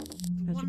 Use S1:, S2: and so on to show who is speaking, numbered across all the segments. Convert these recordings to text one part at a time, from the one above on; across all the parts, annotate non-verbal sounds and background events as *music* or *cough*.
S1: Okie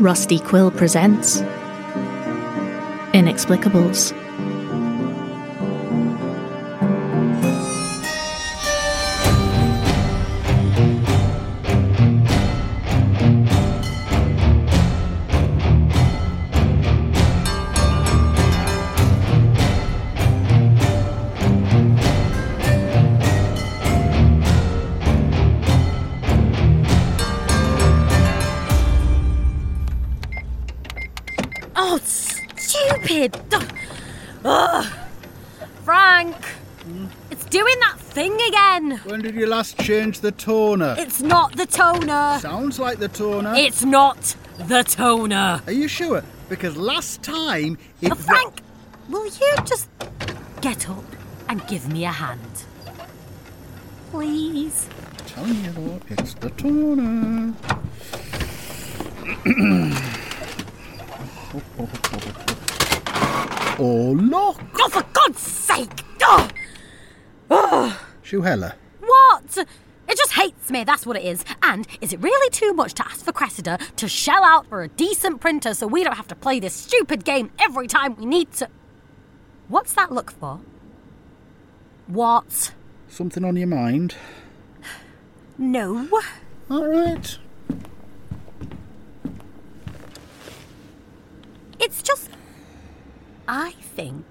S2: Rusty Quill presents Inexplicables.
S1: Oh, stupid! Ugh. Ugh. Frank, it's doing that thing again.
S3: When did you last change the toner?
S1: It's not the toner.
S3: Sounds like the toner.
S1: It's not the toner.
S3: Are you sure? Because last time it.
S1: Oh, Frank, will you just get up and give me a hand? Please.
S3: I'm telling you what, it's the toner. *clears throat* oh look,
S1: Oh, for God's sake! Ugh. Ah!
S3: Shuhela.
S1: What? It just hates me, that's what it is. And is it really too much to ask for Cressida to shell out for a decent printer so we don't have to play this stupid game every time we need to? What's that look for? What?
S3: Something on your mind?
S1: No.
S3: All right.
S1: It's just. I think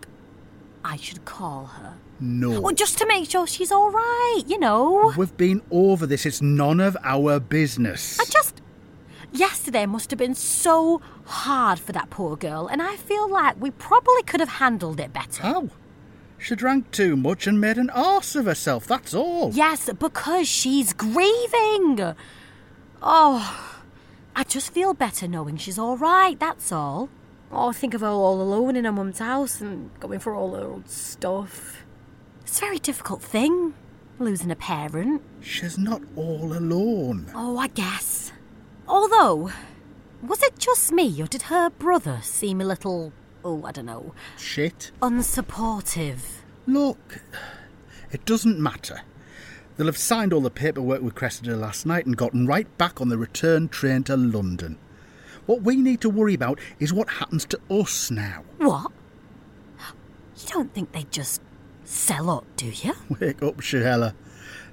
S1: I should call her.
S3: No.
S1: Well, just to make sure she's alright, you know.
S3: We've been over this. It's none of our business.
S1: I just. Yesterday must have been so hard for that poor girl, and I feel like we probably could have handled it better.
S3: How? Oh, She drank too much and made an arse of herself. That's all.
S1: Yes, because she's grieving. Oh, I just feel better knowing she's all right, that's all. Oh, I think of her all alone in her mum's house and going through all her old stuff. It's a very difficult thing, losing a parent.
S3: She's not all alone.
S1: Oh, I guess. Although, was it just me or did her brother seem a little, oh, I don't know,
S3: Shit.
S1: unsupportive?
S3: Look, it doesn't matter. They'll have signed all the paperwork with Cressida last night and gotten right back on the return train to London. What we need to worry about is what happens to us now.
S1: What? You don't think they just sell up, do you?
S3: Wake up, Shahela.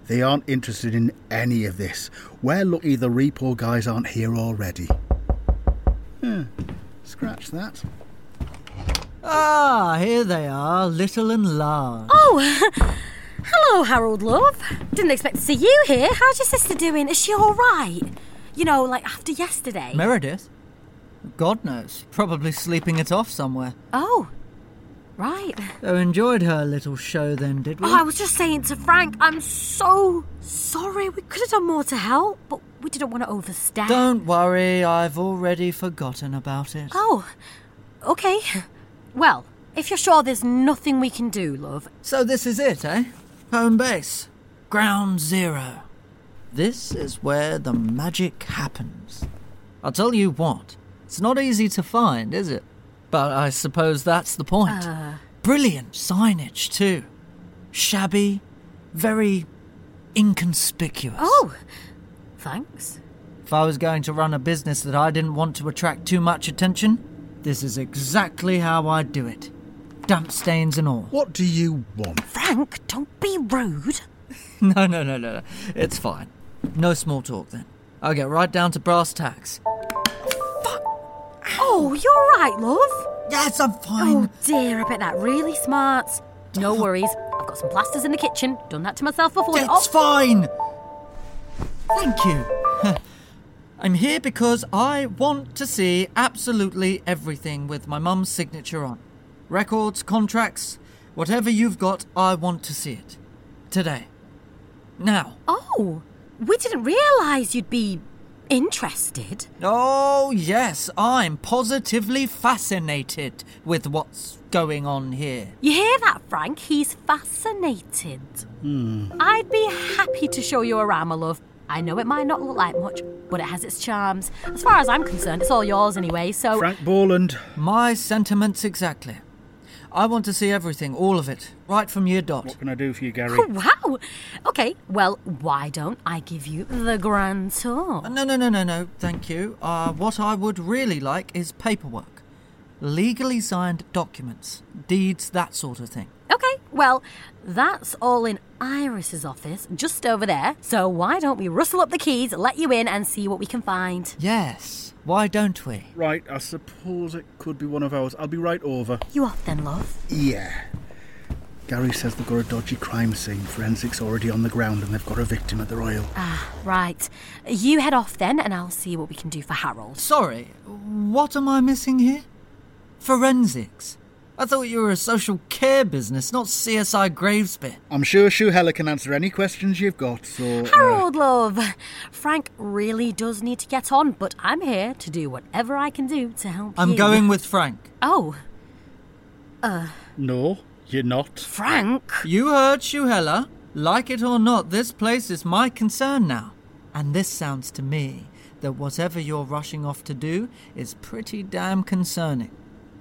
S3: They aren't interested in any of this. We're lucky the repo guys aren't here already. Huh, Hmm. Scratch that.
S2: Ah, here they are, little and large.
S1: Oh, *laughs* hello, Harold, love. Didn't expect to see you here. How's your sister doing? Is she all right? You know, like after yesterday.
S2: Meredith? God knows, probably sleeping it off somewhere.
S1: oh, right.
S2: So enjoyed her little show then, did we?
S1: Oh, I was just saying to Frank, I'm so sorry. We could have done more to help, but we didn't want to overstep.
S2: Don't worry, I've already forgotten about it.
S1: Oh, okay. Well, if you're sure there's nothing we can do, love,
S2: So this is it, eh? Home base. Ground Zero. This is where the magic happens. I'll tell you what, it's not easy to find, is it? But I suppose that's the
S1: Oh.
S2: point.
S4: Uh,
S2: Brilliant signage, too. Shabby, very inconspicuous.
S1: Oh, thanks.
S2: If I was going to run a business that I didn't want to attract too much attention, this is exactly how I'd do it. Damp stains and all.
S3: What do you want?
S1: Frank, don't be rude.
S2: *laughs* No, no, no, no, no. It's fine. No small talk then. I'll get right down to brass tacks.
S1: Oh, you're right, love.
S2: Yes, I'm
S1: Oh dear, I bet that really smarts. No worries. I've got some plasters in the kitchen. Done that to myself before.
S2: It's
S1: Oh,
S2: fine. Thank you. *laughs* I'm here because I want to see absolutely everything with my mum's signature on. Records, contracts, whatever you've got, I want to see it. Today. Now.
S1: oh, we didn't realise you'd be interested.
S2: Oh, yes, I'm positively fascinated with what's going on here.
S1: You hear that, Frank? He's fascinated. I'd be happy to show you around, my love. I know it might not look like much, but it has its charms. As far as I'm concerned, it's all yours anyway, so.
S3: Frank Borland.
S2: My sentiments exactly. I want to see everything, all of it, right from your dot.
S3: What can I do for you, Gary?
S1: Oh, *laughs* wow! Okay, well, why don't I give you the grand tour?
S2: Uh, No, no, no, no, no, thank you. Uh, what I would really like is paperwork. Legally signed documents, deeds, that sort of thing.
S1: Okay, well, that's all in Iris's office, just over there. So why don't we rustle up the keys, let you in, and see what we can find?
S2: Yes, why don't we?
S3: Right, I suppose it could be one of ours. I'll be right over.
S1: You off then, love?
S3: Yeah. Gary says they've got a dodgy crime scene. Forensics already on the ground and they've got a victim at the Royal.
S1: Ah, right. You head off then, and I'll see what we can do for Harold.
S2: Sorry, what am I missing here? Forensics. I thought you were a social care business, not CSI Gravesbit.
S3: I'm sure Shoe Heller can answer any questions you've got, so. uh,
S1: Harold, love! Frank really does need to get on, but I'm here to do whatever I can do to help
S2: I'm
S1: you.
S2: going with Frank.
S1: Oh, Uh,
S3: no, you're not.
S1: Frank!
S2: You heard Shuhela. Like it or not, this place is my concern now. And this sounds to me that whatever you're rushing off to do is pretty damn concerning.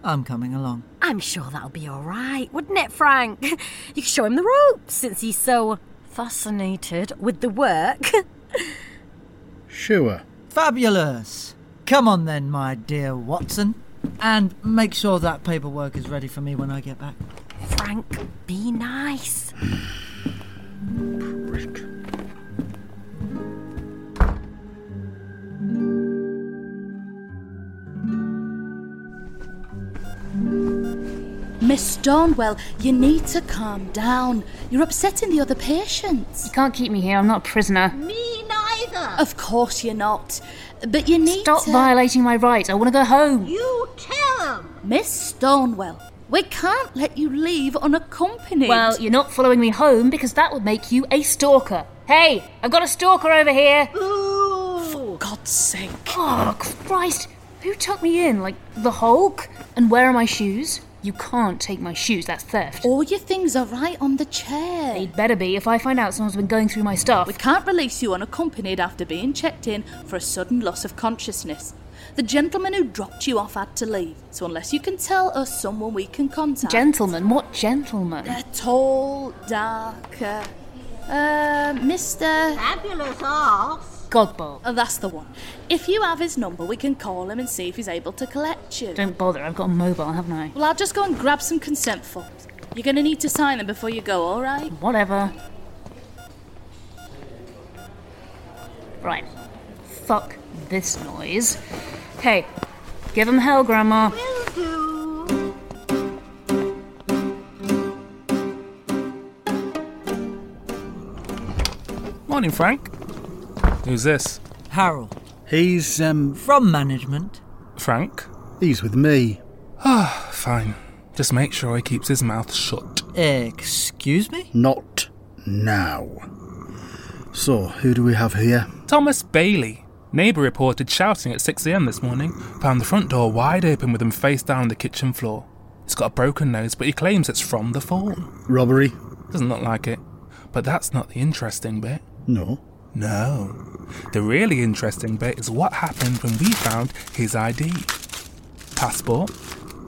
S2: I'm coming along.
S1: I'm sure that'll be all right, wouldn't it, Frank? *laughs* You could show him the ropes since he's so fascinated with the work.
S3: Sure.
S2: Fabulous! Come on then, my dear Watson. And make sure that paperwork is ready for me when I get back.
S1: Frank, be nice.
S3: Brick.
S5: Miss Donwell, you need to calm down. You're upsetting the other patients.
S6: You can't keep me here. I'm not a prisoner.
S5: Me neither. Of course you're not. But you need
S6: Stop
S5: to.
S6: violating my rights. I want to go home.
S5: You tell them. Miss Stonewell, we can't let you leave unaccompanied.
S6: Well, you're not following me home because that would make you a stalker. Hey, I've got a stalker over here.
S5: for God's sake.
S6: Oh, Christ. Who took me in? Like the Hulk? And where are my shoes? You can't take my shoes. That's theft.
S5: All your things are right on the chair.
S6: They'd better be if I find out someone's been going through my stuff.
S5: We can't release you unaccompanied after being checked in for a sudden loss of consciousness. The gentleman who dropped you off had to leave, so unless you can tell us someone we can contact.
S6: Gentlemen, what gentlemen?
S5: Uh, tall, dark, uh, uh, Mr.
S6: Godbolt.
S5: Oh, that's the one. If you have his number, we can call him and see if he's able to collect you.
S6: Don't bother, I've got a mobile, haven't I?
S5: Well, I'll just go and grab some consent forms. You're going to need to sign them before you go, all right?
S6: Whatever. Right. Fuck this noise. Hey, give him hell, Grandma.
S7: Morning, Frank. Who's this?
S2: Harold,
S3: He's, um,
S2: from management.
S7: Frank? Ah,
S3: he's with me.
S7: Fine. Just make sure he keeps his mouth shut.
S2: Eh. Excuse me?
S3: Not now. So, who do we have here?
S7: Thomas Bailey. Neighbour reported shouting at 6am this morning. Found the front door wide open with him face down on the kitchen floor. He's got a broken nose, but he claims it's from the fall.
S3: Robbery.
S7: Doesn't look like it. But that's not the interesting bit.
S3: No.
S7: No. The really interesting bit is what happened when we found his ID passport,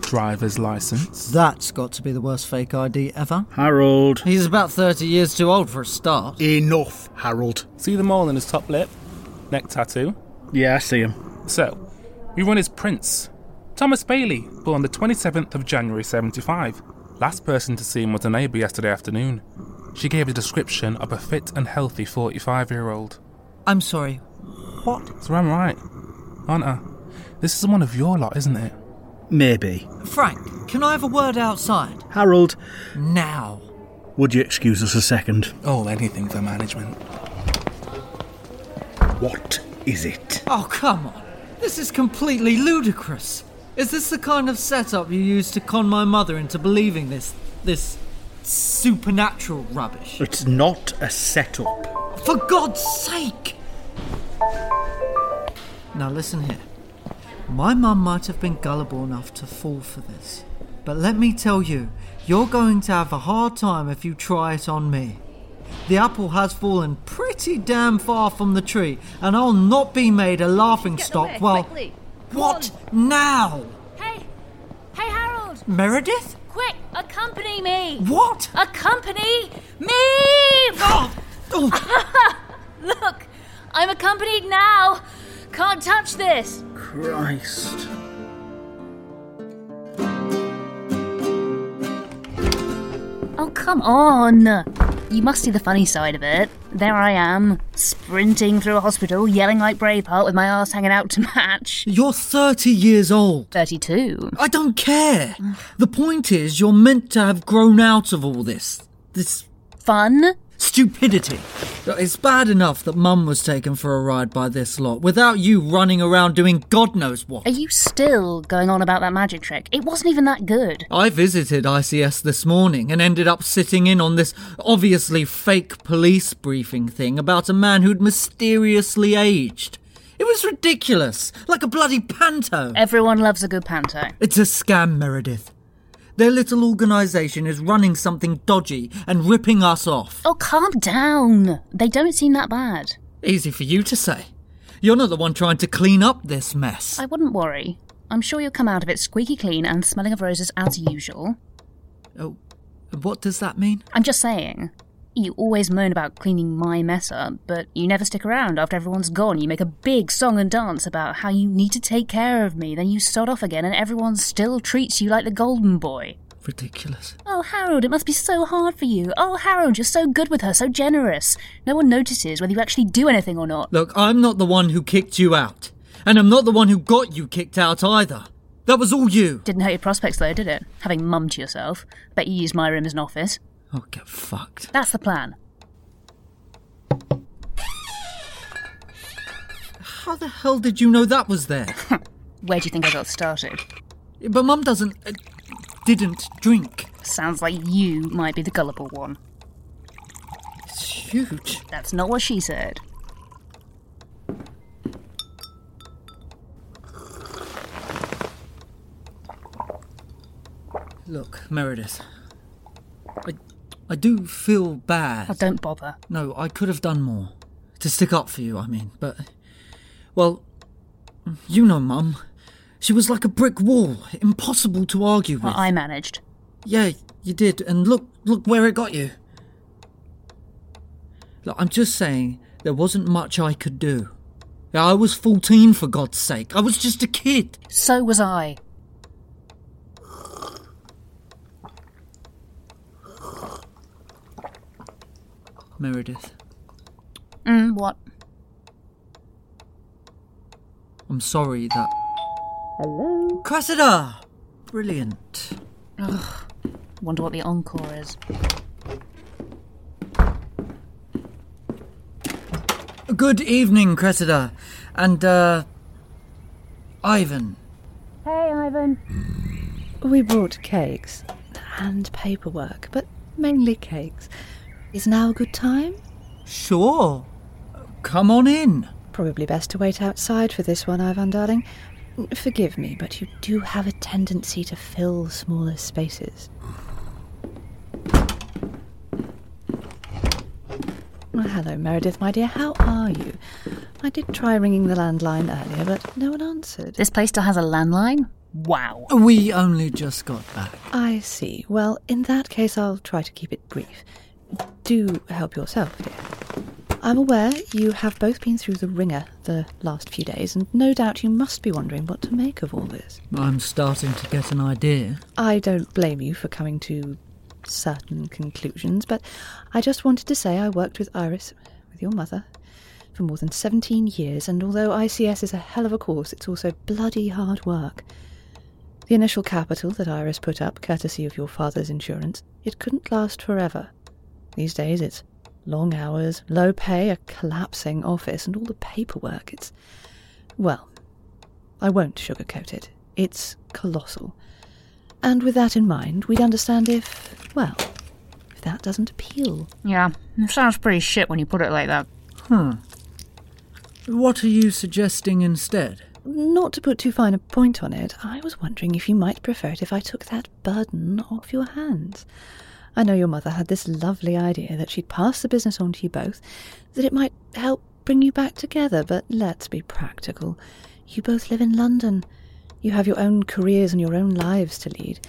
S7: driver's license.
S2: That's got to be the worst fake ID ever.
S3: Harold.
S2: He's about 30 years too old for a start.
S3: Enough, Harold.
S7: See them all in his top lip, neck tattoo.
S3: Yeah, I see him.
S7: So, we run his prince, Thomas Bailey, born the 27th of January 75. Last person to see him was a neighbour yesterday afternoon. She gave a description of a fit and healthy 45 year old.
S2: I'm sorry. What?
S7: So I'm right, aren't I? This is one of your lot, isn't it?
S3: Maybe.
S2: Frank, can I have a word outside?
S3: Harold,
S2: Now.
S3: would you excuse us a second?
S7: Oh, anything for management.
S3: What is it?
S2: Oh, come on. This is completely ludicrous. Is this the kind of setup you use to con my mother into believing this. this. supernatural rubbish?
S3: It's not a setup.
S2: For God's sake! Now listen here. My mum might have been gullible enough to fall for this. But let me tell you, you're going to have a hard time if you try it on me. The apple has fallen pretty damn far from the tree, and I'll not be made a laughing stock while. What now?
S8: Hey! Hey, Harold!
S2: Meredith?
S8: Quick, accompany me!
S2: What?
S8: Accompany me!
S2: Oh, oh,
S8: *laughs* Look, I'm accompanied now! Can't touch this!
S3: Christ.
S6: Oh, come on! You must see the funny side of it. There I am, sprinting through a hospital, yelling like Braveheart with my arse hanging out to *laughs* match.
S2: you're 30 years old.
S6: 32.
S2: I don't care. The point is, you're meant to have grown out of all this. This
S6: Fun?
S2: stupidity. It's bad enough that Mum was taken for a ride by this lot without you running around doing God knows what.
S6: Are you still going on about that magic trick? It wasn't even that good.
S2: I visited ICS this morning and ended up sitting in on this obviously fake police briefing thing about a man who'd mysteriously aged. It was ridiculous, like a bloody panto.
S6: Everyone loves a good panto.
S2: It's a scam, Meredith. Their little organisation is running something dodgy and ripping us off.
S6: Oh, calm down. They don't seem that bad.
S2: Easy for you to say. You're not the one trying to clean up this mess.
S6: I wouldn't worry. I'm sure you'll come out of it squeaky clean and smelling of roses as usual.
S2: Oh, what does that mean?
S6: I'm just saying. You always moan about cleaning my mess up, but you never stick around after everyone's gone. You make a big song and dance about how you need to take care of me, then you sod off again and everyone still treats you like the golden boy.
S2: Ridiculous.
S6: Oh, Harold, it must be so hard for you. Oh, Harold, you're so good with her, so generous. No one notices whether you actually do anything or not.
S2: Look, I'm not the one who kicked you out. And I'm not the one who got you kicked out either. That was all you.
S6: Didn't hurt your prospects though, did it? Having mum to yourself. Bet you used my room as an office.
S2: Oh, get fucked.
S6: That's the plan.
S2: How the hell did you know that was there?
S6: Where do you think I got started?
S2: but Mum doesn't. Uh, didn't drink.
S6: Sounds like you might be the gullible one.
S2: It's huge.
S6: That's not what she said.
S2: Look, Meredith. I, I do feel bad.
S6: Oh, don't bother.
S2: No, I could have done more. To stick up for you, I mean, but. Well, you know Mum. She was like a brick wall, impossible to argue with.
S6: Well, I managed.
S2: Yeah, you did, and look, look where it got you. Look, I'm just saying, there wasn't much I could do. I was 14, for God's sake. I was just a kid.
S6: So was I.
S2: Meredith,
S6: Mm, what?
S2: I'm sorry that. Hello? Cressida! Brilliant.
S6: Wonder what the encore is.
S2: Good evening, Cressida. And, uh. Ivan.
S4: Hey, Ivan. We brought cakes and paperwork, but mainly cakes. Is now a good time?
S2: Sure. Come on in.
S4: Probably best to wait outside for this one, Ivan, darling. Forgive me, but you do have a tendency to fill smaller spaces. Oh, hello, Meredith, my dear. How are you? I did try ringing the landline earlier, but no one answered.
S6: This place still has a landline? Wow.
S2: We only just got back.
S4: I see. Well, in that case, I'll try to keep it brief. Do help yourself, dear. I'm aware you have both been through the ringer the last few days, and no doubt you must be wondering what to make of all this.
S2: I'm starting to get an idea.
S4: I don't blame you for coming to certain conclusions, but I just wanted to say I worked with Iris, with your mother, for more than 17 years, and although ICS is a hell of a course, it's also bloody hard work. The initial capital that Iris put up, courtesy of your father's insurance, it couldn't last forever. These days it's long hours, low pay, a collapsing office, and all the paperwork. It's. Well, I won't sugarcoat it. It's colossal. And with that in mind, we'd understand if, well, if that doesn't appeal.
S6: Yeah, it sounds pretty shit when you put it like that.
S2: Hmm. What are you suggesting instead?
S4: Not to put too fine a point on it, I was wondering if you might prefer it if I took that burden off your hands. I know your mother had this lovely idea that she'd pass the business on to you both, that it might help bring you back together, but let's be practical. You both live in London. You have your own careers and your own lives to lead.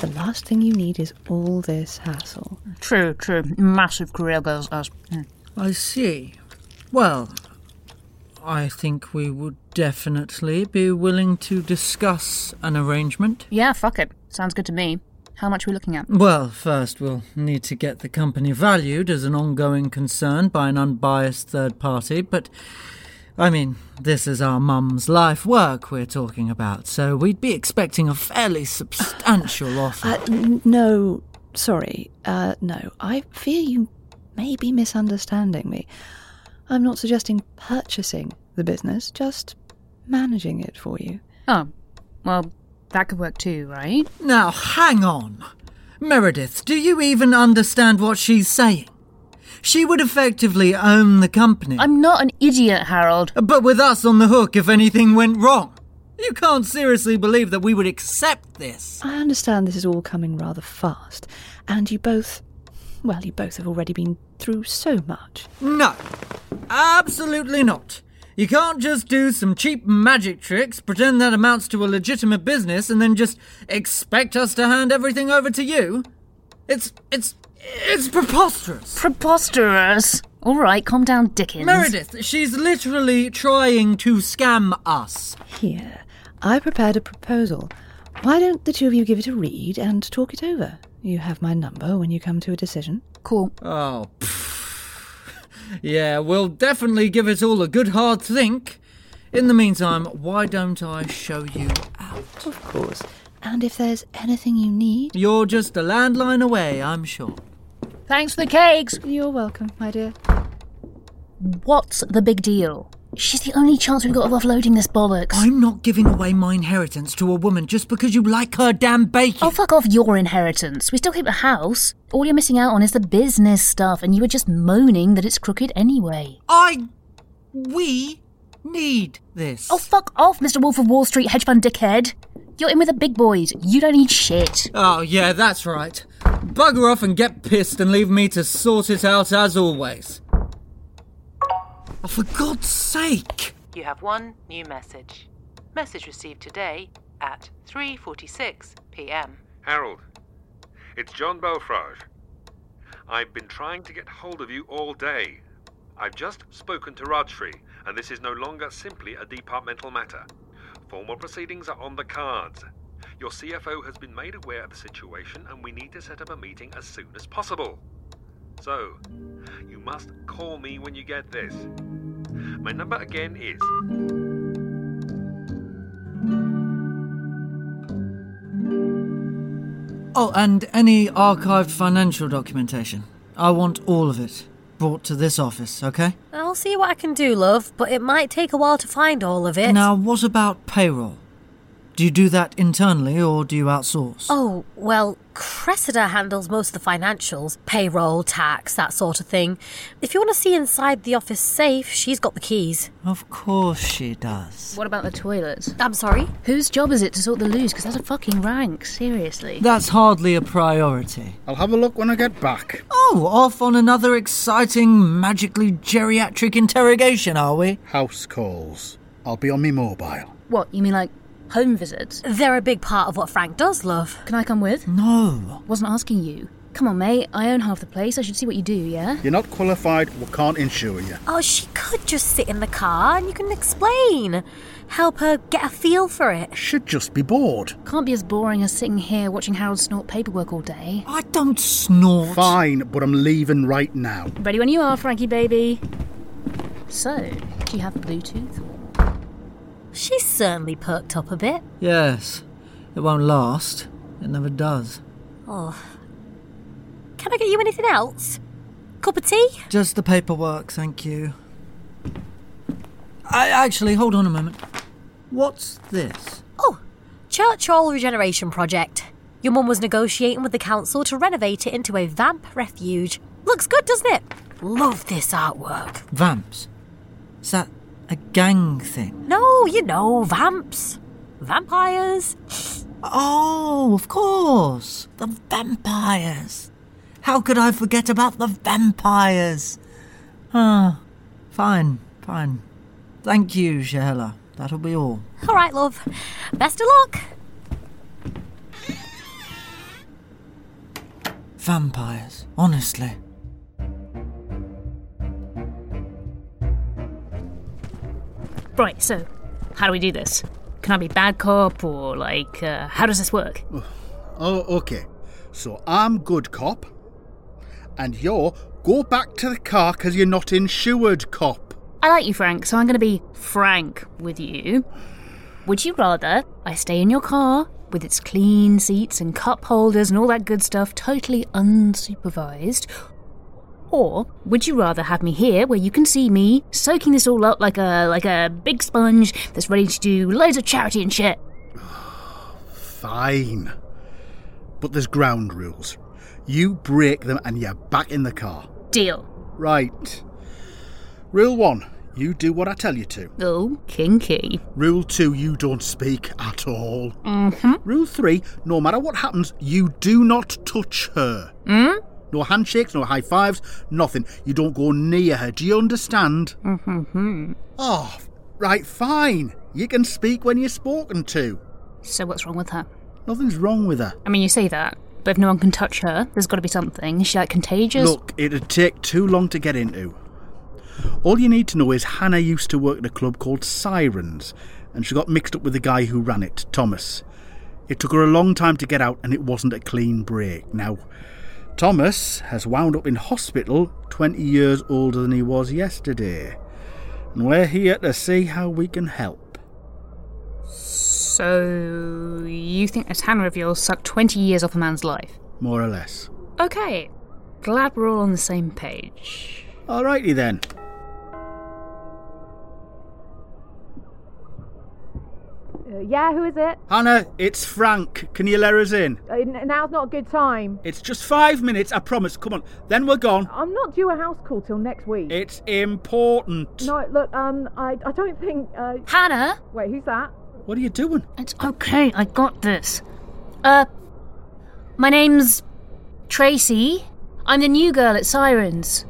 S4: The last thing you need is all this hassle.
S6: True, true. Massive career goals as. mm.
S2: I see. Well, I think we would definitely be willing to discuss an arrangement.
S6: Yeah, fuck it. Sounds good to me. How much are we looking at?
S2: Well, first we'll need to get the company valued as an ongoing concern by an unbiased third party, but I mean, this is our mum's life work we're talking about, so we'd be expecting a fairly
S6: *laughs*
S2: substantial offer.
S4: Uh, n- no, sorry. Uh, no, I fear you may be misunderstanding me. I'm not suggesting purchasing the business, just managing it for you.
S6: Oh, well, that could work too, right?
S2: Now, hang on. Meredith, do you even understand what she's saying? She would effectively own the company.
S6: I'm not an idiot, Harold.
S2: But with us on the hook if anything went wrong. You can't seriously believe that we would accept this.
S4: I understand this is all coming rather fast, and you both. Well, you both have already been through so much.
S2: No, absolutely not. You can't just do some cheap magic tricks, pretend that amounts to a legitimate business, and then just expect us to hand everything over to you. It's it's it's preposterous.
S6: Preposterous. All right, calm down, Dickens.
S2: Meredith, she's literally trying to scam us.
S4: Here, I prepared a proposal. Why don't the two of you give it a read and talk it over? You have my number when you come to a decision.
S6: Cool.
S2: Oh. Yeah, we'll definitely give it all a good hard think. In the meantime, why don't I show you out?
S4: Of course. And if there's anything you need.
S2: You're just a landline away, I'm sure.
S6: Thanks for the cakes.
S4: You're welcome, my dear.
S6: What's the big deal? She's the only chance we've got of offloading this bollocks.
S2: I'm not giving away my inheritance to a woman just because you like her damn bacon.
S6: Oh, fuck off your inheritance. We still keep the house. All you're missing out on is the business stuff, and you were just moaning that it's crooked anyway.
S2: I. We need this.
S6: Oh, fuck off, Mr. Wolf of Wall Street, hedge fund dickhead. You're in with the big boys. You don't need shit.
S2: Oh, yeah, that's right. Bugger off and get pissed and leave me to sort it out as always. Oh, for God's sake!
S9: You have one new message. Message received today at 3:46 p.m.
S10: Harold, it's John Belfrage. I've been trying to get hold of you all day. I've just spoken to Rajshri, and this is no longer simply a departmental matter. Formal proceedings are on the cards. Your CFO has been made aware of the situation, and we need to set up a meeting as soon as possible. So, you must call me when you get this. My number again is
S2: Oh, and any archived financial documentation. I want all of it brought to this office, okay?
S1: I'll see what I can do, love, but it might take a while to find all of it.
S2: Now, what about payroll? Do you do that internally or do you outsource?
S1: Oh, well, Cressida handles most of the financials payroll, tax, that sort of thing. If you want to see inside the office safe, she's got the keys.
S2: Of course she does.
S6: What about the toilets?
S1: I'm sorry?
S6: Whose job is it to sort the loos? Because that's a fucking rank, seriously.
S2: That's hardly a priority.
S3: I'll have a look when I get back.
S2: Oh, off on another exciting, magically geriatric interrogation, are we?
S3: House calls. I'll be on me mobile.
S6: What, you mean like home visits?
S1: They're a big part of what Frank does, love.
S6: Can I come with?
S1: Oh,
S2: No.
S6: Wasn't asking you. Come on, mate. I own half the place. I should see what you do, yeah?
S3: You're not qualified, we can't insure you.
S1: Oh, she could just sit in the car and you can explain. Help her get a feel for it.
S3: Should just be bored.
S6: Can't be as boring as sitting here watching Harold snort paperwork all day.
S2: I don't snort.
S3: Fine, but I'm leaving right now.
S6: Ready when you are, Frankie baby. So, do you have Bluetooth?
S1: She's
S2: um,
S1: certainly perked up a bit.
S2: Yes. It won't last. It never does.
S1: Oh. Can I get you anything else? Cup of tea?
S2: Just the paperwork, thank you. I actually hold on a moment. What's this?
S1: Oh, Church Hall Regeneration Project. Your mum was negotiating with the council to renovate it into a vamp refuge. Looks good, doesn't it? Love this artwork.
S2: Vamps. Is that a gang thing?
S1: No, you know, vamps. Vampires.
S2: Oh, of course. The vampires. How could I forget about the vampires? Ah, fine, fine. Thank you, Shehela. That'll be all.
S1: All right, love. Best of luck.
S2: Vampires, honestly.
S6: Right, so, how do we do this? Can I be bad cop or, like, uh, how does this work?
S3: Oh, okay. So I'm good cop, and you're go back to the car because you're not insured cop.
S6: I like you, Frank, so I'm going to be frank with you. Would you rather I stay in your car with its clean seats and cup holders and all that good stuff, totally unsupervised? Or would you rather have me here where you can see me soaking this all up like a like a big sponge that's ready to do loads of charity and shit?
S3: Fine. But there's ground rules. You break them and you're back in the car.
S6: Deal.
S3: Right. Rule one, you do what I tell you to.
S6: Oh, kinky.
S3: Rule two, you don't speak at all.
S6: Mm-hmm.
S3: Rule three, no matter what happens, you do not touch her.
S6: Mm?
S3: No handshakes, no high fives, nothing. You don't go near her. Do you understand?
S6: Mm-hmm.
S3: Oh, right, fine. You can speak when you're spoken to.
S6: So what's wrong with her?
S3: Nothing's wrong with her.
S6: I mean, you say that, but if no one can touch her, there's got to be something. Is she like contagious?
S3: Look, it'd take too long to get into. All you need to know is Hannah used to work at a club called Sirens, and she got mixed up with the guy who ran it, Thomas. It took her a long time to get out, and it wasn't a clean break. Now, Thomas has wound up in hospital 20 years older than he was yesterday, and we're here to see how we can help.
S6: So you think this hammer of yours sucked 20 years off a man's life?
S3: More or less.
S6: Okay. Glad we're all on the same page.
S3: Alrighty then.
S11: Uh, yeah, who is it?
S3: Hannah, it's Frank. Can you let us in?
S11: Uh, n- now's not a good time.
S3: It's just five minutes, I promise. Come on, then we're gone.
S11: I'm not due a house call till next week.
S3: It's important.
S11: No, look, um, I, I don't think. Uh...
S6: Hannah?
S11: Wait, who's that?
S3: What are you doing?
S6: It's okay, I got this. Uh, my name's Tracy. I'm the new girl at Sirens,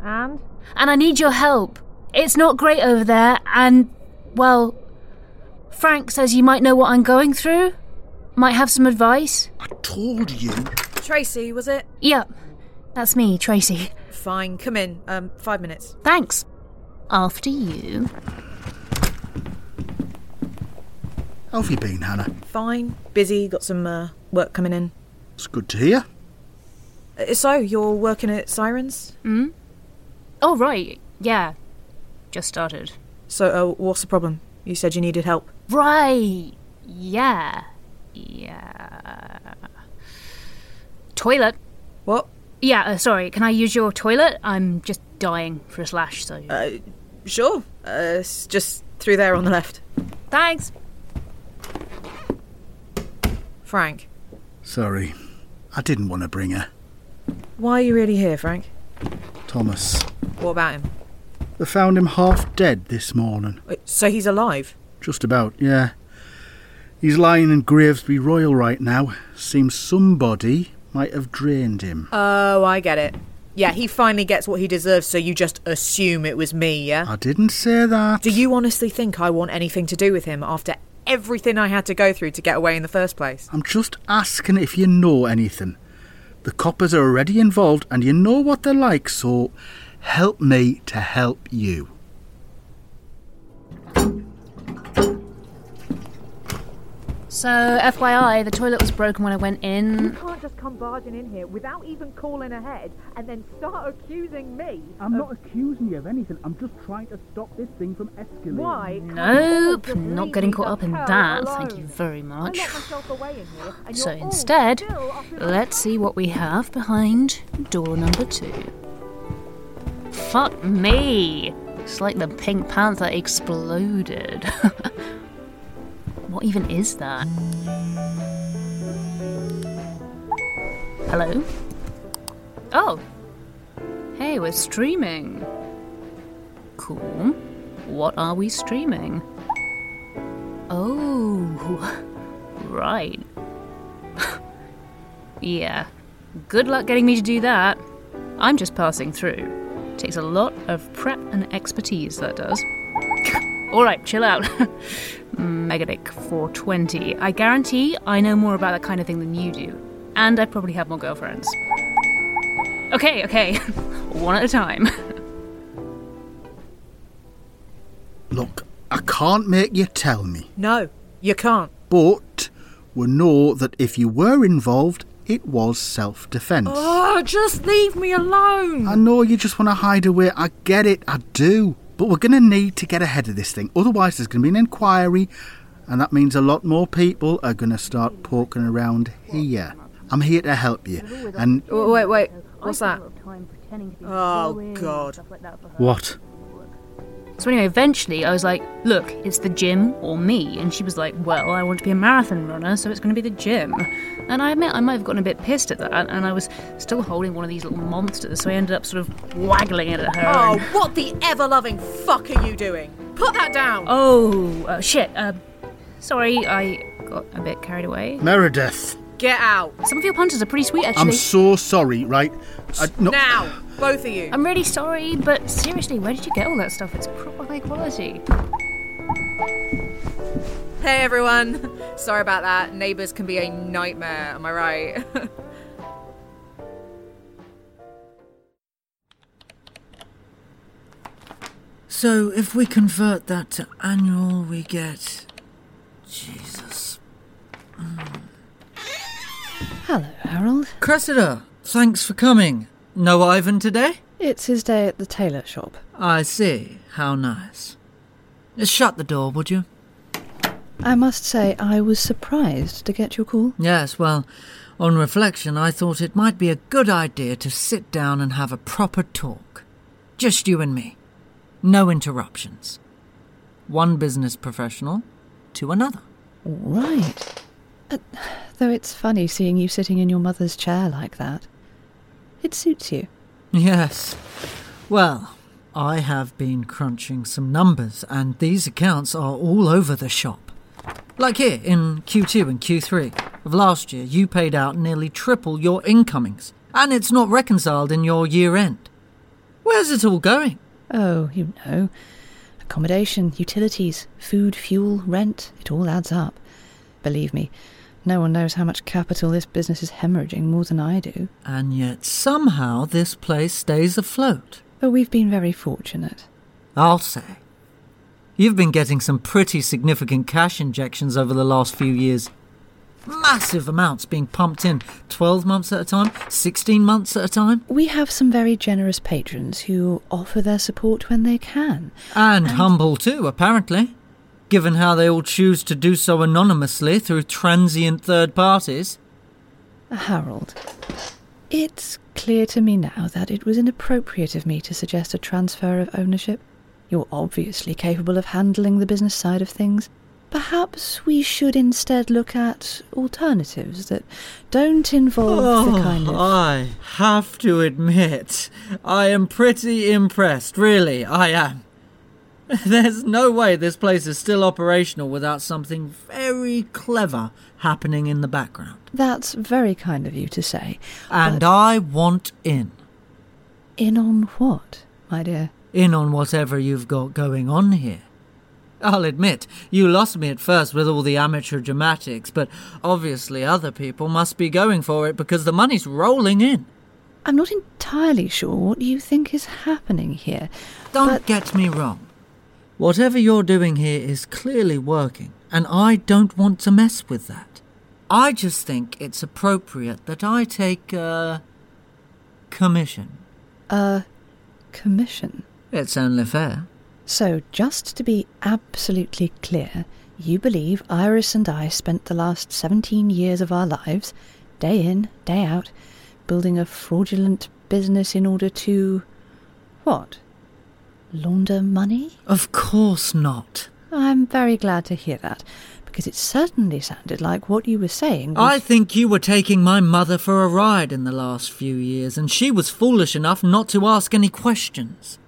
S11: And?
S6: and I need your help. It's not great over there, and, well, Frank says you might know what I'm going through, might have some advice.
S3: I told you.
S11: Tracy, was it?
S6: Yep, that's me, Tracy.
S11: Fine, come in. Um, five minutes.
S6: Thanks. After you.
S3: How have you been, Hannah?
S11: Fine, busy, got some uh, work coming in.
S3: It's good to hear.
S11: Uh, so, you're working at Sirens?
S6: Hmm? Oh, right, yeah. Just started.
S11: So, uh, what's the problem? You said you needed help.
S6: Right, yeah. Yeah. Toilet.
S11: What?
S6: Yeah, uh, sorry, can I use your toilet? I'm just dying for a slash, so.
S11: Uh, sure. Uh, it's just through there on the left.
S6: Thanks.
S11: Frank,
S3: Sorry, I didn't want to bring her.
S11: why are you really here, Frank?
S3: Thomas.
S11: What about him?
S3: They found him half dead this morning.
S11: Uh, So he's alive?
S3: Just about, yeah. He's lying in Gravesby Royal right now. Seems somebody might have drained him.
S11: Oh, I get it. Yeah, he finally gets what he deserves, so you just assume it was me, yeah?
S3: I didn't say that.
S11: Do you honestly think I want anything to do with him after everything I had to go through to get away in the first place?
S3: I'm just asking if you know anything. The coppers are already involved and you know what they're like, so help me to help you.
S6: So, FYI, the toilet was broken when I went in.
S11: can't just come barging in here without even calling ahead and then start accusing me.
S3: I'm not accusing you of anything. I'm just trying to stop this thing from escalating.
S11: Why?
S6: Nope, not getting caught up in that, thank you very much. So instead, let's see what we have behind door number two. Fuck me! It's like the Pink Panther exploded. *laughs* what even is that? Hello? Oh! Hey, we're streaming. Cool. What are we streaming? Oh, right. *laughs* yeah. Good luck getting me to do that. I'm just passing through. Takes a lot of prep and expertise, that does. *laughs* Alright, chill out. *laughs* Megadick 420. I guarantee I know more about that kind of thing than you do. And I probably have more girlfriends. Okay, okay. *laughs* One at a time.
S3: Look, I can't make you tell me.
S11: No, you can't.
S3: But we know that if you were involved, it was self defence.
S11: Oh, just leave me alone!
S3: I know you just want to hide away. I get it, I do. But we're going to need to get ahead of this thing. Otherwise, there's going to be an inquiry, and that means a lot more people are going to start poking around here. I'm here to help you. And
S11: Oh, wait, wait. What's that? Oh, God.
S3: what?
S6: So anyway, eventually I was like, look, it's the gym or me. And she was like, well, I want to be a marathon runner, so it's going to be the gym. And I admit I might have gotten a bit pissed at that, and I was still holding one of these little monsters, so I ended up sort of waggling it at her.
S11: Oh,
S6: and-
S11: what the ever loving fuck are you doing? Put that down!
S6: oh uh, shit. Uh, sorry, I got a bit carried away.
S3: Meredith,
S11: Get out!
S6: Some of your punches are pretty sweet, actually.
S3: I'm so sorry, right? I, no,
S11: Now! Both of you!
S6: I'm really sorry, but seriously, where did you get all that stuff? It's proper high quality.
S11: Hey, everyone! *laughs* Sorry about that. Neighbours can be a nightmare, am I right? *laughs*
S2: So if we convert that to annual, we get. Jesus. Hmm.
S4: Hello, Harold.
S2: Cressida, thanks for coming. No Ivan today?
S4: It's his day at the tailor shop.
S2: I see. How nice. Shut the door, would you?
S4: I must say, I was surprised to get your call.
S2: Yes, well, on reflection, I thought it might be a good idea to sit down and have a proper talk. Just you and me. No interruptions. One business professional to another.
S4: All right. Uh, though it's funny seeing you sitting in your mother's chair like that. It suits you.
S2: Yes. Well, I have been crunching some numbers, and these accounts are all over the shop. Like here in Q2 and Q3 of last year, you paid out nearly triple your incomings, and it's not reconciled in your year end. Where's it all going?
S4: Oh, you know. Accommodation, utilities, food, fuel, rent, it all adds up. Believe me, no one knows how much capital this business is hemorrhaging more than I do.
S2: And yet somehow this place stays afloat.
S4: But we've been very fortunate.
S2: I'll say. You've been getting some pretty significant cash injections over the last few years. Massive amounts being pumped in 12 months at a time, 16 months at a time,
S4: We have some very generous patrons who offer their support when they can.
S2: and humble too, apparently. Given how they all choose to do so anonymously through transient third parties.
S4: Harold, it's clear to me now that it was inappropriate of me to suggest a transfer of ownership. You're obviously capable of handling the business side of things, Perhaps we should instead look at alternatives that don't involve
S2: Oh.
S4: the kind of.
S2: I have to admit, I am pretty impressed. Really, I am. *laughs* There's no way this place is still operational without something very clever happening in the background.
S4: That's very kind of you to say.
S2: And
S4: but
S2: I want in.
S4: in on what, my dear?
S2: In on whatever you've got going on here. I'll admit, you lost me at first with all the amateur dramatics, but obviously other people must be going for it because the money's rolling in.
S4: I'm not entirely sure what you think is happening here.
S2: Don't
S4: but-
S2: get me wrong. Whatever you're doing here is clearly working, and I don't want to mess with that. I just think it's appropriate that I take a commission.
S4: A commission.
S2: It's only fair.
S4: So, just to be absolutely clear, you believe Iris and I spent the last 17 years of our lives, day in, day out, building a fraudulent business in order to. what? Launder money?
S2: Of course not.
S4: I'm very glad to hear that, because it certainly sounded like what you were saying. was-
S2: I think you were taking my mother for a ride in the last few years, and she was foolish enough not to ask any questions.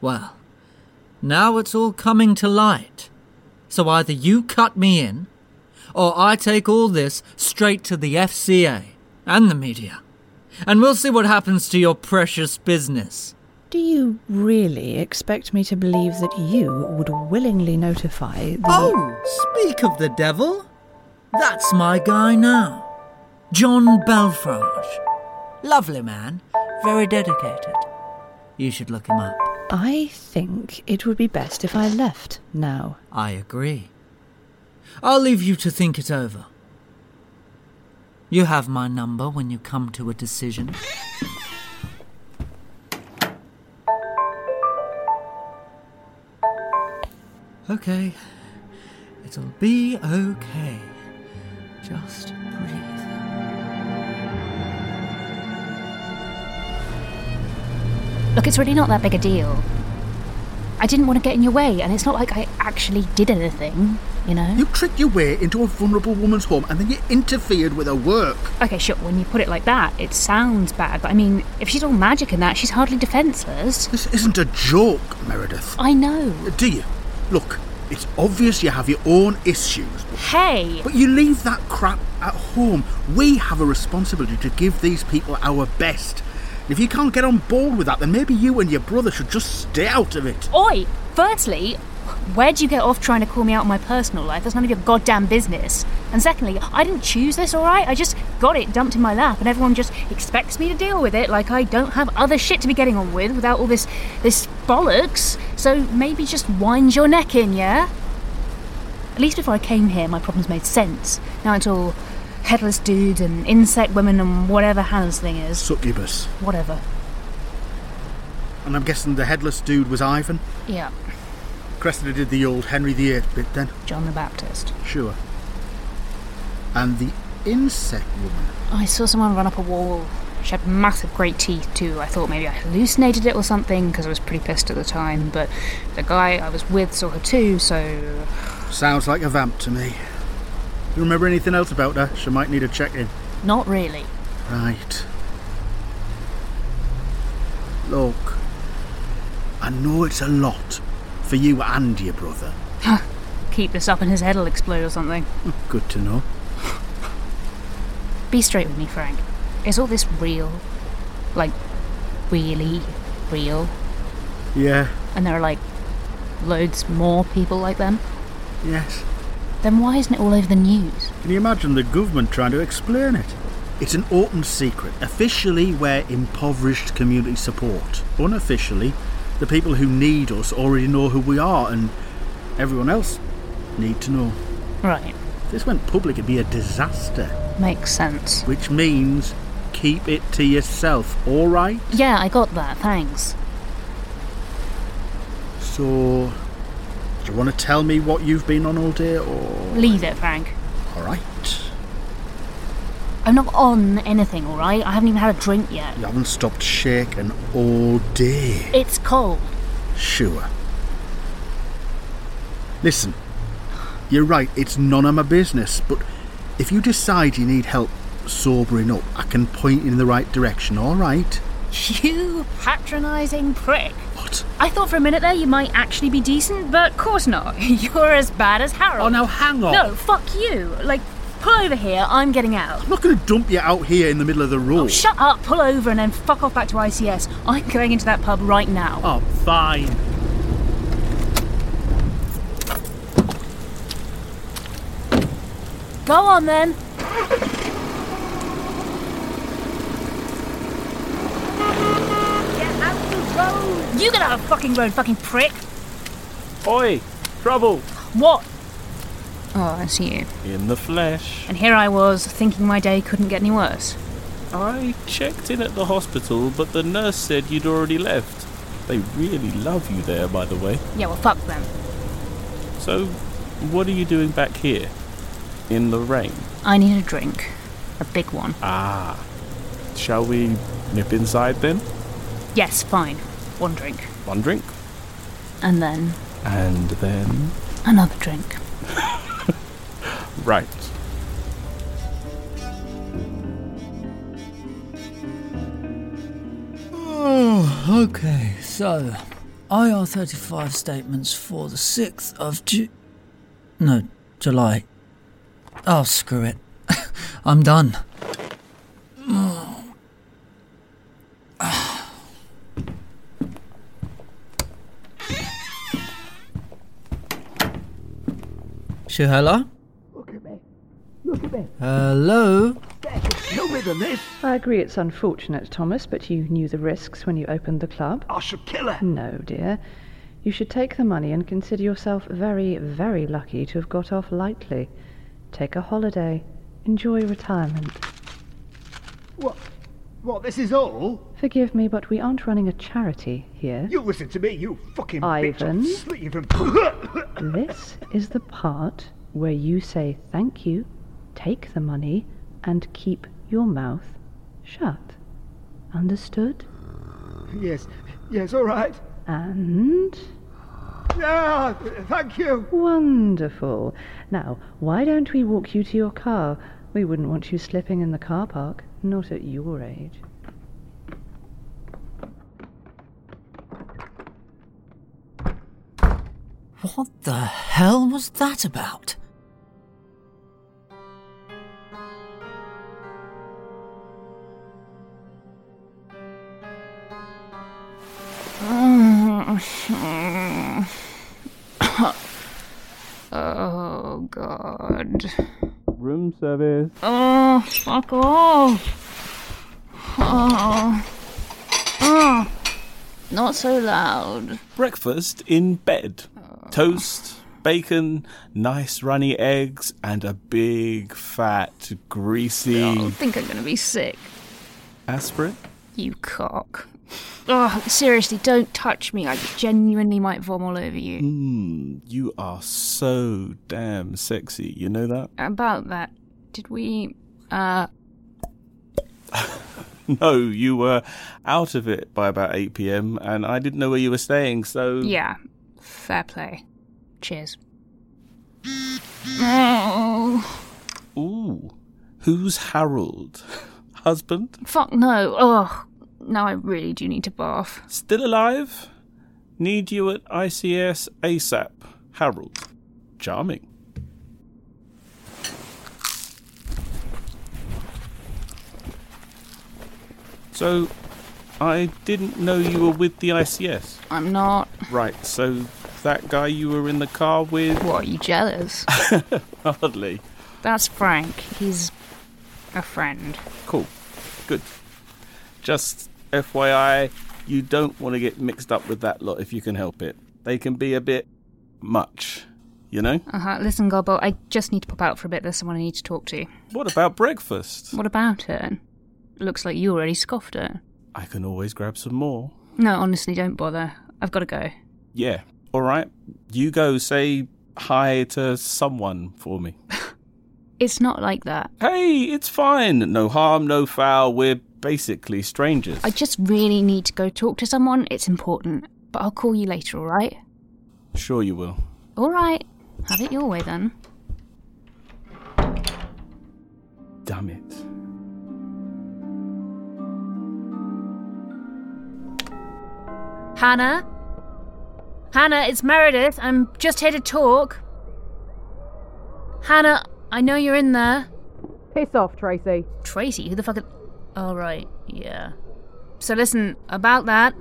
S2: Well, now it's all coming to light. So either you cut me in, or I take all this straight to the FCA and the media. And we'll see what happens to your precious business.
S4: Do you really expect me to believe that you would willingly notify the.
S2: Oh, speak of the devil. That's my guy now. John Belfrage. Lovely man, very dedicated. You should look him up.
S4: I think it would be best if I left now.
S2: I agree. I'll leave you to think it over. You have my number when you come to a decision. Okay. It'll be okay. Just breathe.
S6: Look, it's really not that big a deal. I didn't want to get in your way, and it's not like I actually did anything, you know?
S3: You tricked your way into a vulnerable woman's home and then you interfered with her work.
S6: Okay, sure, when you put it like that, it sounds bad, but I mean, if she's all magic and that, she's hardly defenceless.
S3: This isn't a joke, Meredith.
S6: I know.
S3: Do you? Look, it's obvious you have your own issues.
S6: Hey!
S3: But you leave that crap at home. We have a responsibility to give these people our best. If you can't get on board with that, then maybe you and your brother should just stay out of it.
S6: Oi! Firstly, where do you get off trying to call me out on my personal life? That's none of your goddamn business. And secondly, I didn't choose this, alright? I just got it dumped in my lap, and everyone just expects me to deal with it like I don't have other shit to be getting on with without all this, this bollocks. So maybe just wind your neck in, yeah? At least before I came here, my problems made sense. Now it's all headless dudes and insect women and whatever Hannah's thing is.
S3: Succubus.
S6: Whatever.
S3: And I'm guessing the headless dude was Ivan.
S6: Yeah,
S3: Cressida did the old Henry VIII bit then.
S6: John the Baptist.
S3: Sure. And the insect woman.
S6: Oh, I saw someone run up a wall. She had massive great teeth too. I thought maybe I hallucinated it or something because I was pretty pissed at the time. But the guy I was with saw her too, so
S3: Sounds like a vamp to me. You remember anything else about her? She might need a check in.
S6: not really.
S3: Right. Look, I know it's a lot for you and your brother.
S6: Keep this up and his head'll explode or something.
S3: Good to know.
S6: Be straight with me, Frank. Is all this real? Like, really real?
S3: Yeah,
S6: And there are like loads more people like them?
S3: yes.
S6: Then why isn't it all over the news?
S3: Can you imagine the government trying to explain it? It's an open secret. Officially, we're impoverished community support. Unofficially, the people who need us already know who we are, and everyone else need to know.
S6: Right,
S3: If this went public, it'd be a disaster.
S6: makes sense.
S3: Which means keep it to yourself, alright?
S6: Yeah, I got that, thanks.
S3: So, do you want to tell me what you've been on all day, or.
S6: Leave it, Frank.
S3: Alright.
S6: I'm not on anything, alright? I haven't even had a drink yet.
S3: You haven't stopped shaking all day.
S6: It's cold.
S3: Sure. Listen, You're right, it's none of my business, but if you decide you need help sobering up, I can point you in the right direction, alright?
S6: You patronising prick.
S3: What?
S6: I thought for a minute there you might actually be decent, but of course not. *laughs* You're as bad as Harold. Oh,
S3: now hang on.
S6: No, fuck you. Like, pull over here, I'm getting out.
S3: I'm not going to dump you out here in the middle of the road.
S6: Shut up, pull over, and then fuck off back to ICS. I'm going into that pub right now.
S3: Oh, fine.
S6: Go on then. You get out of the fucking road, fucking prick.
S12: Oi! Trouble!
S6: What? Oh, I see you.
S12: In the flesh.
S6: And here I was, thinking my day couldn't get any worse.
S12: I checked in at the hospital, but the nurse said you'd already left. They really love you there, by the way.
S6: Yeah, well, fuck them.
S12: So, what are you doing back here? In the rain?
S6: I need a drink. A big one.
S12: Ah. Shall we nip inside then?
S6: Yes, fine. One drink.
S12: One drink.
S6: And then
S12: And then.
S6: another drink.
S12: Right.
S2: Oh, okay, so IR 35 statements for the 6th of Ju- No, July. Oh, screw it. *laughs* I'm done. *sighs* Sure, hello?
S13: Look at me. Look at me.
S2: Hello?
S13: No me than this.
S4: I agree it's unfortunate, Thomas, but you knew the risks when you opened the club.
S13: I should kill her.
S4: No, dear. You should take the money and consider yourself very, very lucky to have got off lightly. Take a holiday. Enjoy retirement.
S13: What? What, this is all?
S4: Forgive me, but we aren't running a charity here.
S13: You listen to me, you fucking bitch.
S4: Ivan?
S13: I'll slit you from... *laughs*
S4: This is the part where you say thank you, take the money, and keep your mouth shut. Understood?
S13: yes, yes, all right.
S4: And.
S13: Ah, thank you.
S4: Wonderful. Now, why don't we walk you to your car? We wouldn't want you slipping in the car park, not at your age.
S2: What the hell was that about?
S6: oh, God.
S12: Room service.
S6: Oh, fuck off. Oh. Oh. Not so loud.
S12: Breakfast in bed.
S6: Oh.
S12: Toast, bacon, nice runny eggs, and a big, fat, greasy.
S6: I think I'm gonna be sick.
S12: Aspirin?
S6: You cock. Oh, seriously, don't touch me. I genuinely might vom all over you.
S12: Mmm, you are so damn sexy. You know that? *laughs*
S6: About that, did we. Uh.
S12: No, you were out of it by about 8 pm, and I didn't know where you were staying, so.
S6: Yeah. Fair play. Cheers. Oh.
S12: Ooh. Who's Harold? *laughs* Husband?
S6: Fuck no. Oh. Now I really do need to bath.
S12: Still alive? Need you at ICS ASAP. Harold. Charming. So, I didn't know you were with the ICS.
S6: I'm not.
S12: Right, so that guy you were in the car with.
S6: What, are you jealous?
S12: *laughs* Hardly.
S6: That's Frank. He's a friend.
S12: Cool. Good. Just FYI, you don't want to get mixed up with that lot if you can help it. They can be a bit much, you know?
S6: Uh huh. Listen, Gobbo, I just need to pop out for a bit. There's someone I need to talk to.
S12: What about breakfast?
S6: What about it? Looks like you already scoffed it.
S12: I can always grab some more.
S6: No, honestly, don't bother. I've got to go.
S12: Yeah. All right. You go say hi to someone for me.
S6: It's not like that.
S12: Hey, it's fine. No harm, no foul. We're basically strangers.
S6: I just really need to go talk to someone. It's important. But I'll call you later, alright?
S12: Sure you will.
S6: Alright. Have it your way then.
S12: Damn it.
S6: Hannah? Hannah, it's Meredith. I'm just here to talk. Hannah, I know you're in there.
S11: Piss off, Tracy.
S6: Tracy? Who the fuck? All right, yeah. So listen, about that,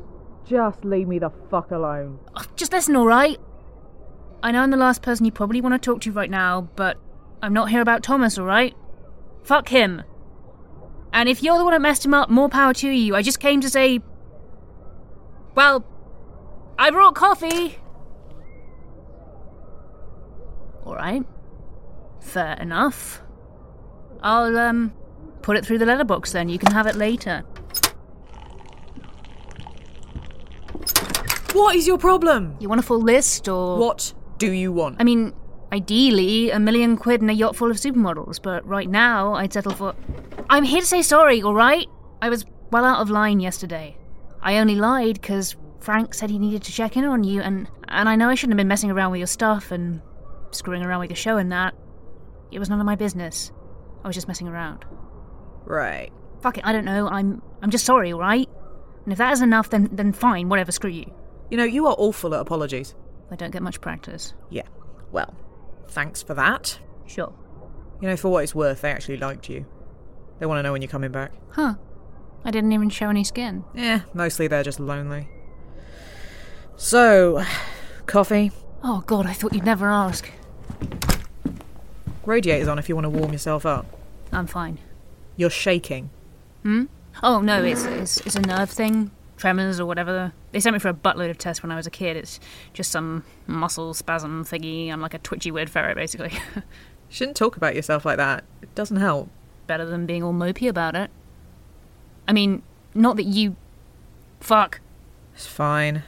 S11: Just leave me the fuck alone.
S6: just listen, all right? I know I'm the last person you probably want to talk to right now, but I'm not here about Thomas, all right? Fuck him. And if you're the one that messed him up, more power to you. I just came to say. Well, I brought coffee! Alright. Fair enough. I'll, um, put it through the letterbox then. You can have it later.
S11: What is your problem?
S6: You want a full list or.
S11: What do you want?
S6: I mean, ideally, a million quid and a yacht full of supermodels, but right now, I'd settle for. I'm here to say sorry, alright? I was well out of line yesterday. I only lied because Frank said he needed to check in on you, and, and I know I shouldn't have been messing around with your stuff and screwing around with your show and that. It was none of my business. I was just messing around.
S11: Right.
S6: Fuck it, I don't know. I'm I'm just sorry, alright? And if that isn't enough, then then fine, whatever, screw you.
S11: You know, you are awful at apologies.
S6: I don't get much practice.
S11: Yeah. Well, thanks for that.
S6: Sure.
S11: You know, for what it's worth, they actually liked you. They want to know when you're coming back.
S6: Huh. I didn't even show any skin.
S11: Yeah. Mostly they're just lonely. So, coffee.
S6: Oh god, I thought you'd never ask.
S11: Radiator's on if you want to warm yourself up.
S6: I'm fine.
S11: You're shaking.
S6: Hmm? Oh no, it's, it's it's a nerve thing, tremors or whatever. They sent me for a buttload of tests when I was a kid. It's just some muscle spasm thingy. I'm like a twitchy weird ferret, basically. *laughs*
S11: Shouldn't talk about yourself like that. It doesn't help.
S6: Better than being all mopey about it. I mean, not that you. Fuck.
S11: It's fine.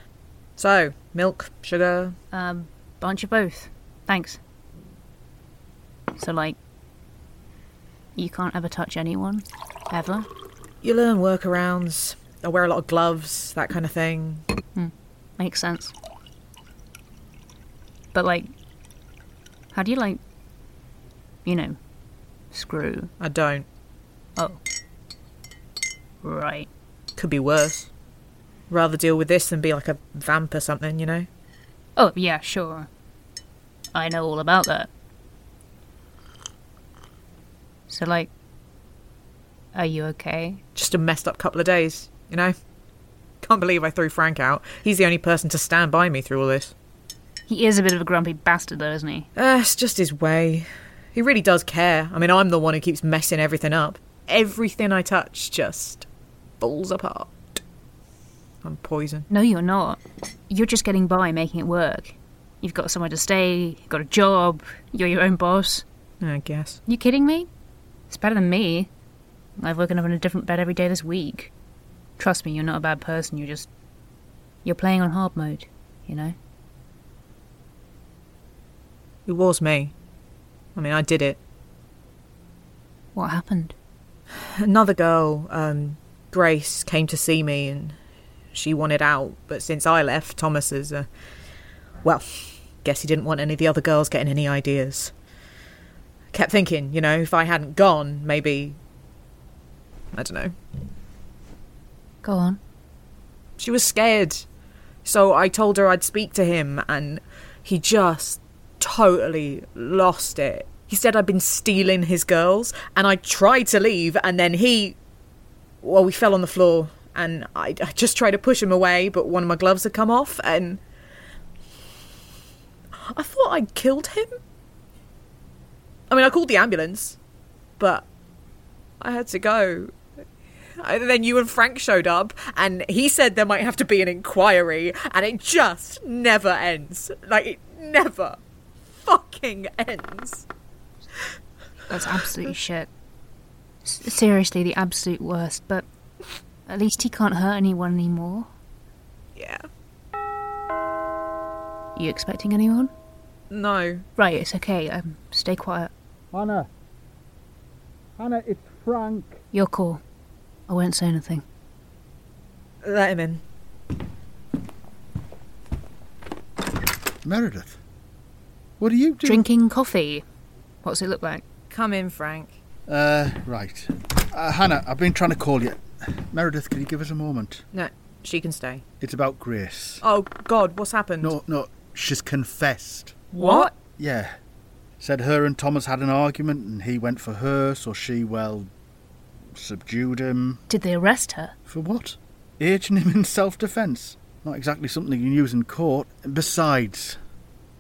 S11: So, milk, sugar.
S6: Um, bunch of both. Thanks. So like, you can't ever touch anyone, ever.
S11: You learn workarounds. I wear a lot of gloves, that kind of thing.
S6: Hmm. Makes sense. But like, how do you like, you know, screw?
S11: I don't.
S6: Oh, right.
S11: Could be worse. Rather deal with this than be like a vamp or something, you know?
S6: Oh yeah, sure. I know all about that. So like, are you okay?
S11: Just a messed up couple of days, you know? Can't believe I threw Frank out. He's the only person to stand by me through all this.
S6: He is a bit of a grumpy bastard, though, isn't he?
S11: Uh, it's just his way. He really does care. I mean, I'm the one who keeps messing everything up. Everything I touch just falls apart. I'm poison.
S6: No, you're not. You're just getting by, making it work. You've got somewhere to stay. You've got a job. You're your own boss.
S11: I guess.
S6: You kidding me? It's better than me. I've woken up in a different bed every day this week. Trust me, you're not a bad person, you're just. You're playing on hard mode, you know?
S11: It was me. I mean, I did it.
S6: What happened?
S11: Another girl, um, Grace, came to see me and she wanted out, but since I left, Thomas has, uh, well, guess he didn't want any of the other girls getting any ideas. Kept thinking, you know, if I hadn't gone, maybe. I don't know.
S6: Go on.
S11: She was scared. So I told her I'd speak to him, and he just totally lost it. He said I'd been stealing his girls, and I tried to leave, and then he. Well, we fell on the floor, and I, I just tried to push him away, but one of my gloves had come off, and. I thought I killed him. I mean, I called the ambulance, but I had to go. And Uh, then you and Frank showed up, and he said there might have to be an inquiry, and it just never ends. Like, it never fucking ends.
S6: That's absolutely shit. S- seriously, the absolute worst, but at least he can't hurt anyone anymore.
S11: Yeah.
S6: You expecting anyone?
S11: No.
S6: Right, it's okay. Um, stay quiet.
S13: Hannah. Hannah, it's Frank.
S6: Your call. I won't say anything.
S11: Let him in.
S3: Meredith, what are you doing?
S6: Drinking coffee. What's it look like?
S11: Come in, Frank.
S3: Uh, right. Uh, Hannah, I've been trying to call you. Meredith, can you give us a moment?
S11: No, she can stay.
S3: It's about Grace.
S11: Oh, God, what's happened?
S3: No, no, she's confessed.
S11: What?
S3: Yeah. Said her and Thomas had an argument and he went for her, so she, well, subdued him.
S6: Did they arrest her?
S3: For what? Aging him in self defence. Not exactly something you can use in court. And besides,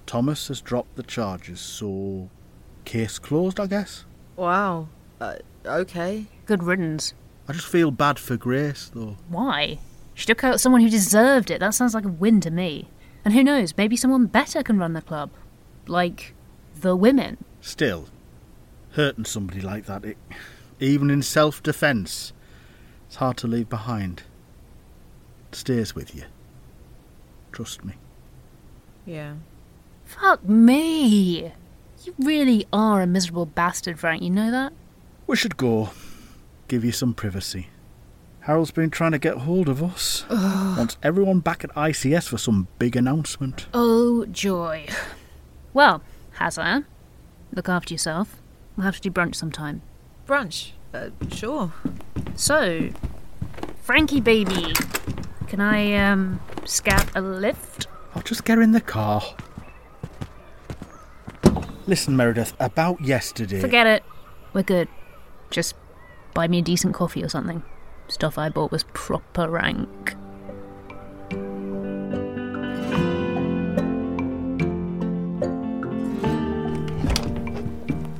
S3: Thomas has dropped the charges, so case closed, I guess.
S11: Wow. Uh, okay.
S6: Good riddance.
S3: I just feel bad for Grace, though.
S6: Why? She took out someone who deserved it. That sounds like a win to me. And who knows, maybe someone better can run the club. Like the women.
S3: Still, hurting somebody like that, it, even in self defence, it's hard to leave behind. It stays with you. Trust me.
S11: Yeah.
S6: Fuck me! You really are a miserable bastard, Frank, you know that?
S3: We should go. Give you some privacy. Harold's been trying to get hold of us. Wants everyone back at ICS for some big announcement.
S6: Oh, joy. Well, Hazan, look after yourself. We'll have to do brunch sometime.
S11: Brunch? Uh, sure.
S6: So, Frankie baby, can I, um, scout a lift?
S3: I'll just get her in the car. Listen, Meredith, about yesterday.
S6: Forget it. We're good. Just buy me a decent coffee or something. Stuff I bought was proper rank.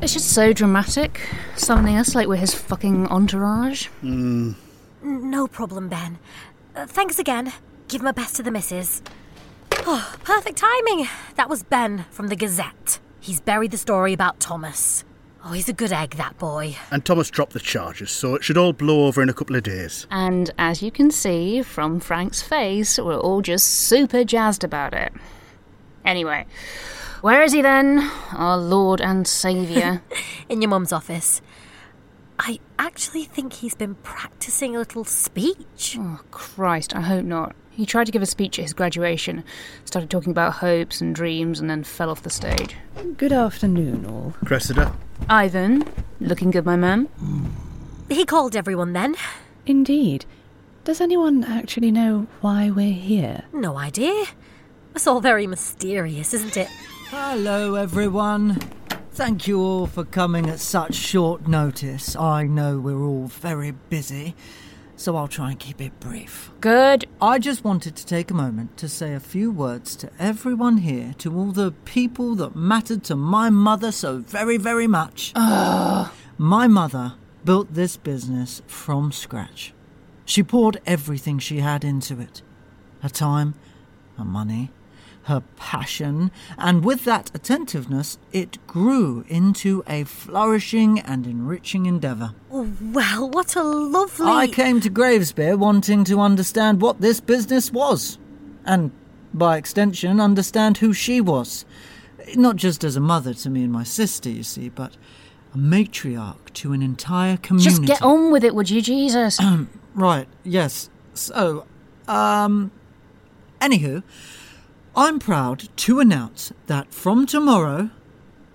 S6: It's just so dramatic, summoning us like we're his fucking entourage.
S3: Mm,
S1: No problem, Ben. Uh, thanks again. Give my best to the missus. Oh, perfect timing. That was Ben from the Gazette. He's buried the story about Thomas. Oh, he's a good egg, that boy.
S3: And Thomas dropped the charges, so it should all blow over in a couple of days.
S6: And as you can see from Frank's face, we're all just super jazzed about it. Anyway, where is he then? Our Lord and Saviour.
S1: *laughs* In your mum's office. I actually think he's been practicing a little speech.
S6: Oh, Christ, I hope not. He tried to give a speech at his graduation, started talking about hopes and dreams, and then fell off the stage.
S4: Good afternoon, all.
S3: Cressida?
S6: Ivan, looking good, my man.
S1: He called everyone then.
S4: Indeed. Does anyone actually know why we're here?
S1: No idea. It's all very mysterious, isn't it?
S2: Hello, everyone. Thank you all for coming at such short notice. I know we're all very busy, so I'll try and keep it brief.
S6: Good.
S2: I just wanted to take a moment to say a few words to everyone here, to all the people that mattered to my mother so very, very much. My mother built this business from scratch. She poured everything she had into it her time, her money, her passion, and with that attentiveness, it grew into a flourishing and enriching endeavour.
S1: Oh, Well, what a lovely.
S2: I came to Gravesbeer wanting to understand what this business was, and by extension, understand who she was. Not just as a mother to me and my sister, you see, but a matriarch to an entire community.
S6: Just get on with it, would you, Jesus?
S2: *clears throat* Right, yes. So, um. Anywho, I'm proud to announce that from tomorrow,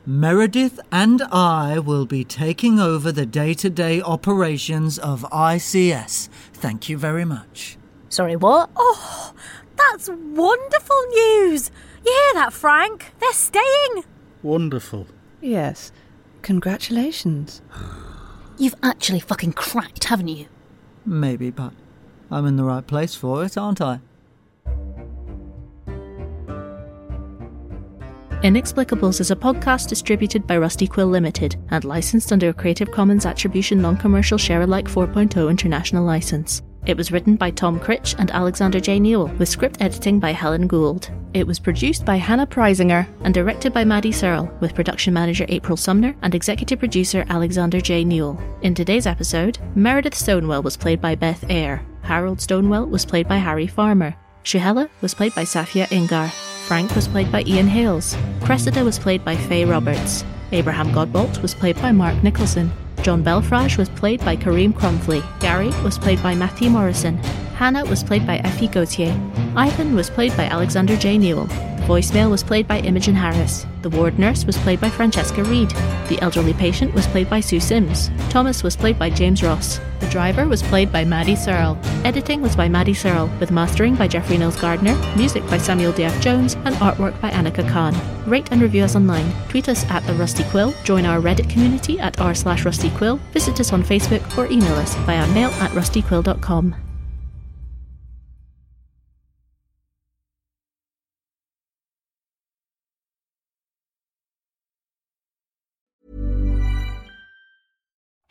S2: Meredith and I will be taking over the day to day operations of ICS. Thank you very much.
S6: Sorry, what?
S1: Oh, that's wonderful news. You hear that, Frank? They're staying.
S3: Wonderful.
S4: Yes. Congratulations.
S6: You've actually fucking cracked, haven't you?
S2: Maybe, but I'm in the right place for it, aren't I?
S14: Inexplicables is a podcast distributed by Rusty Quill Limited and licensed under a Creative Commons Attribution Non Commercial Share Alike 4.0 International License. It was written by Tom Critch and Alexander J. Newell, with script editing by Helen Gould. It was produced by Hannah Preisinger and directed by Maddie Searle, with production manager April Sumner and executive producer Alexander J. Newell. In today's episode, Meredith Stonewell was played by Beth Eyre, Harold Stonewell was played by Harry Farmer, Shuhela was played by Safia Ingar. Frank was played by Ian Hales. Cressida was played by Faye Roberts. Abraham Godbolt was played by Mark Nicholson. John Belfrage was played by Kareem Crumfley. Gary was played by Matthew Morrison. Hannah was played by Effie Gautier. Ivan was played by Alexander J. Newell. Voicemail was played by Imogen Harris. The ward nurse was played by Francesca Reed. The elderly patient was played by Sue Sims. Thomas was played by James Ross. The driver was played by Maddie Searle. Editing was by Maddie Searle, with mastering by Jeffrey Nils Gardner, music by Samuel D.F. Jones, and artwork by Annika Khan. Rate and review us online. Tweet us at The Rusty Quill, join our Reddit community at r slash Rusty Quill, visit us on Facebook, or email us via mail at rustyquill.com.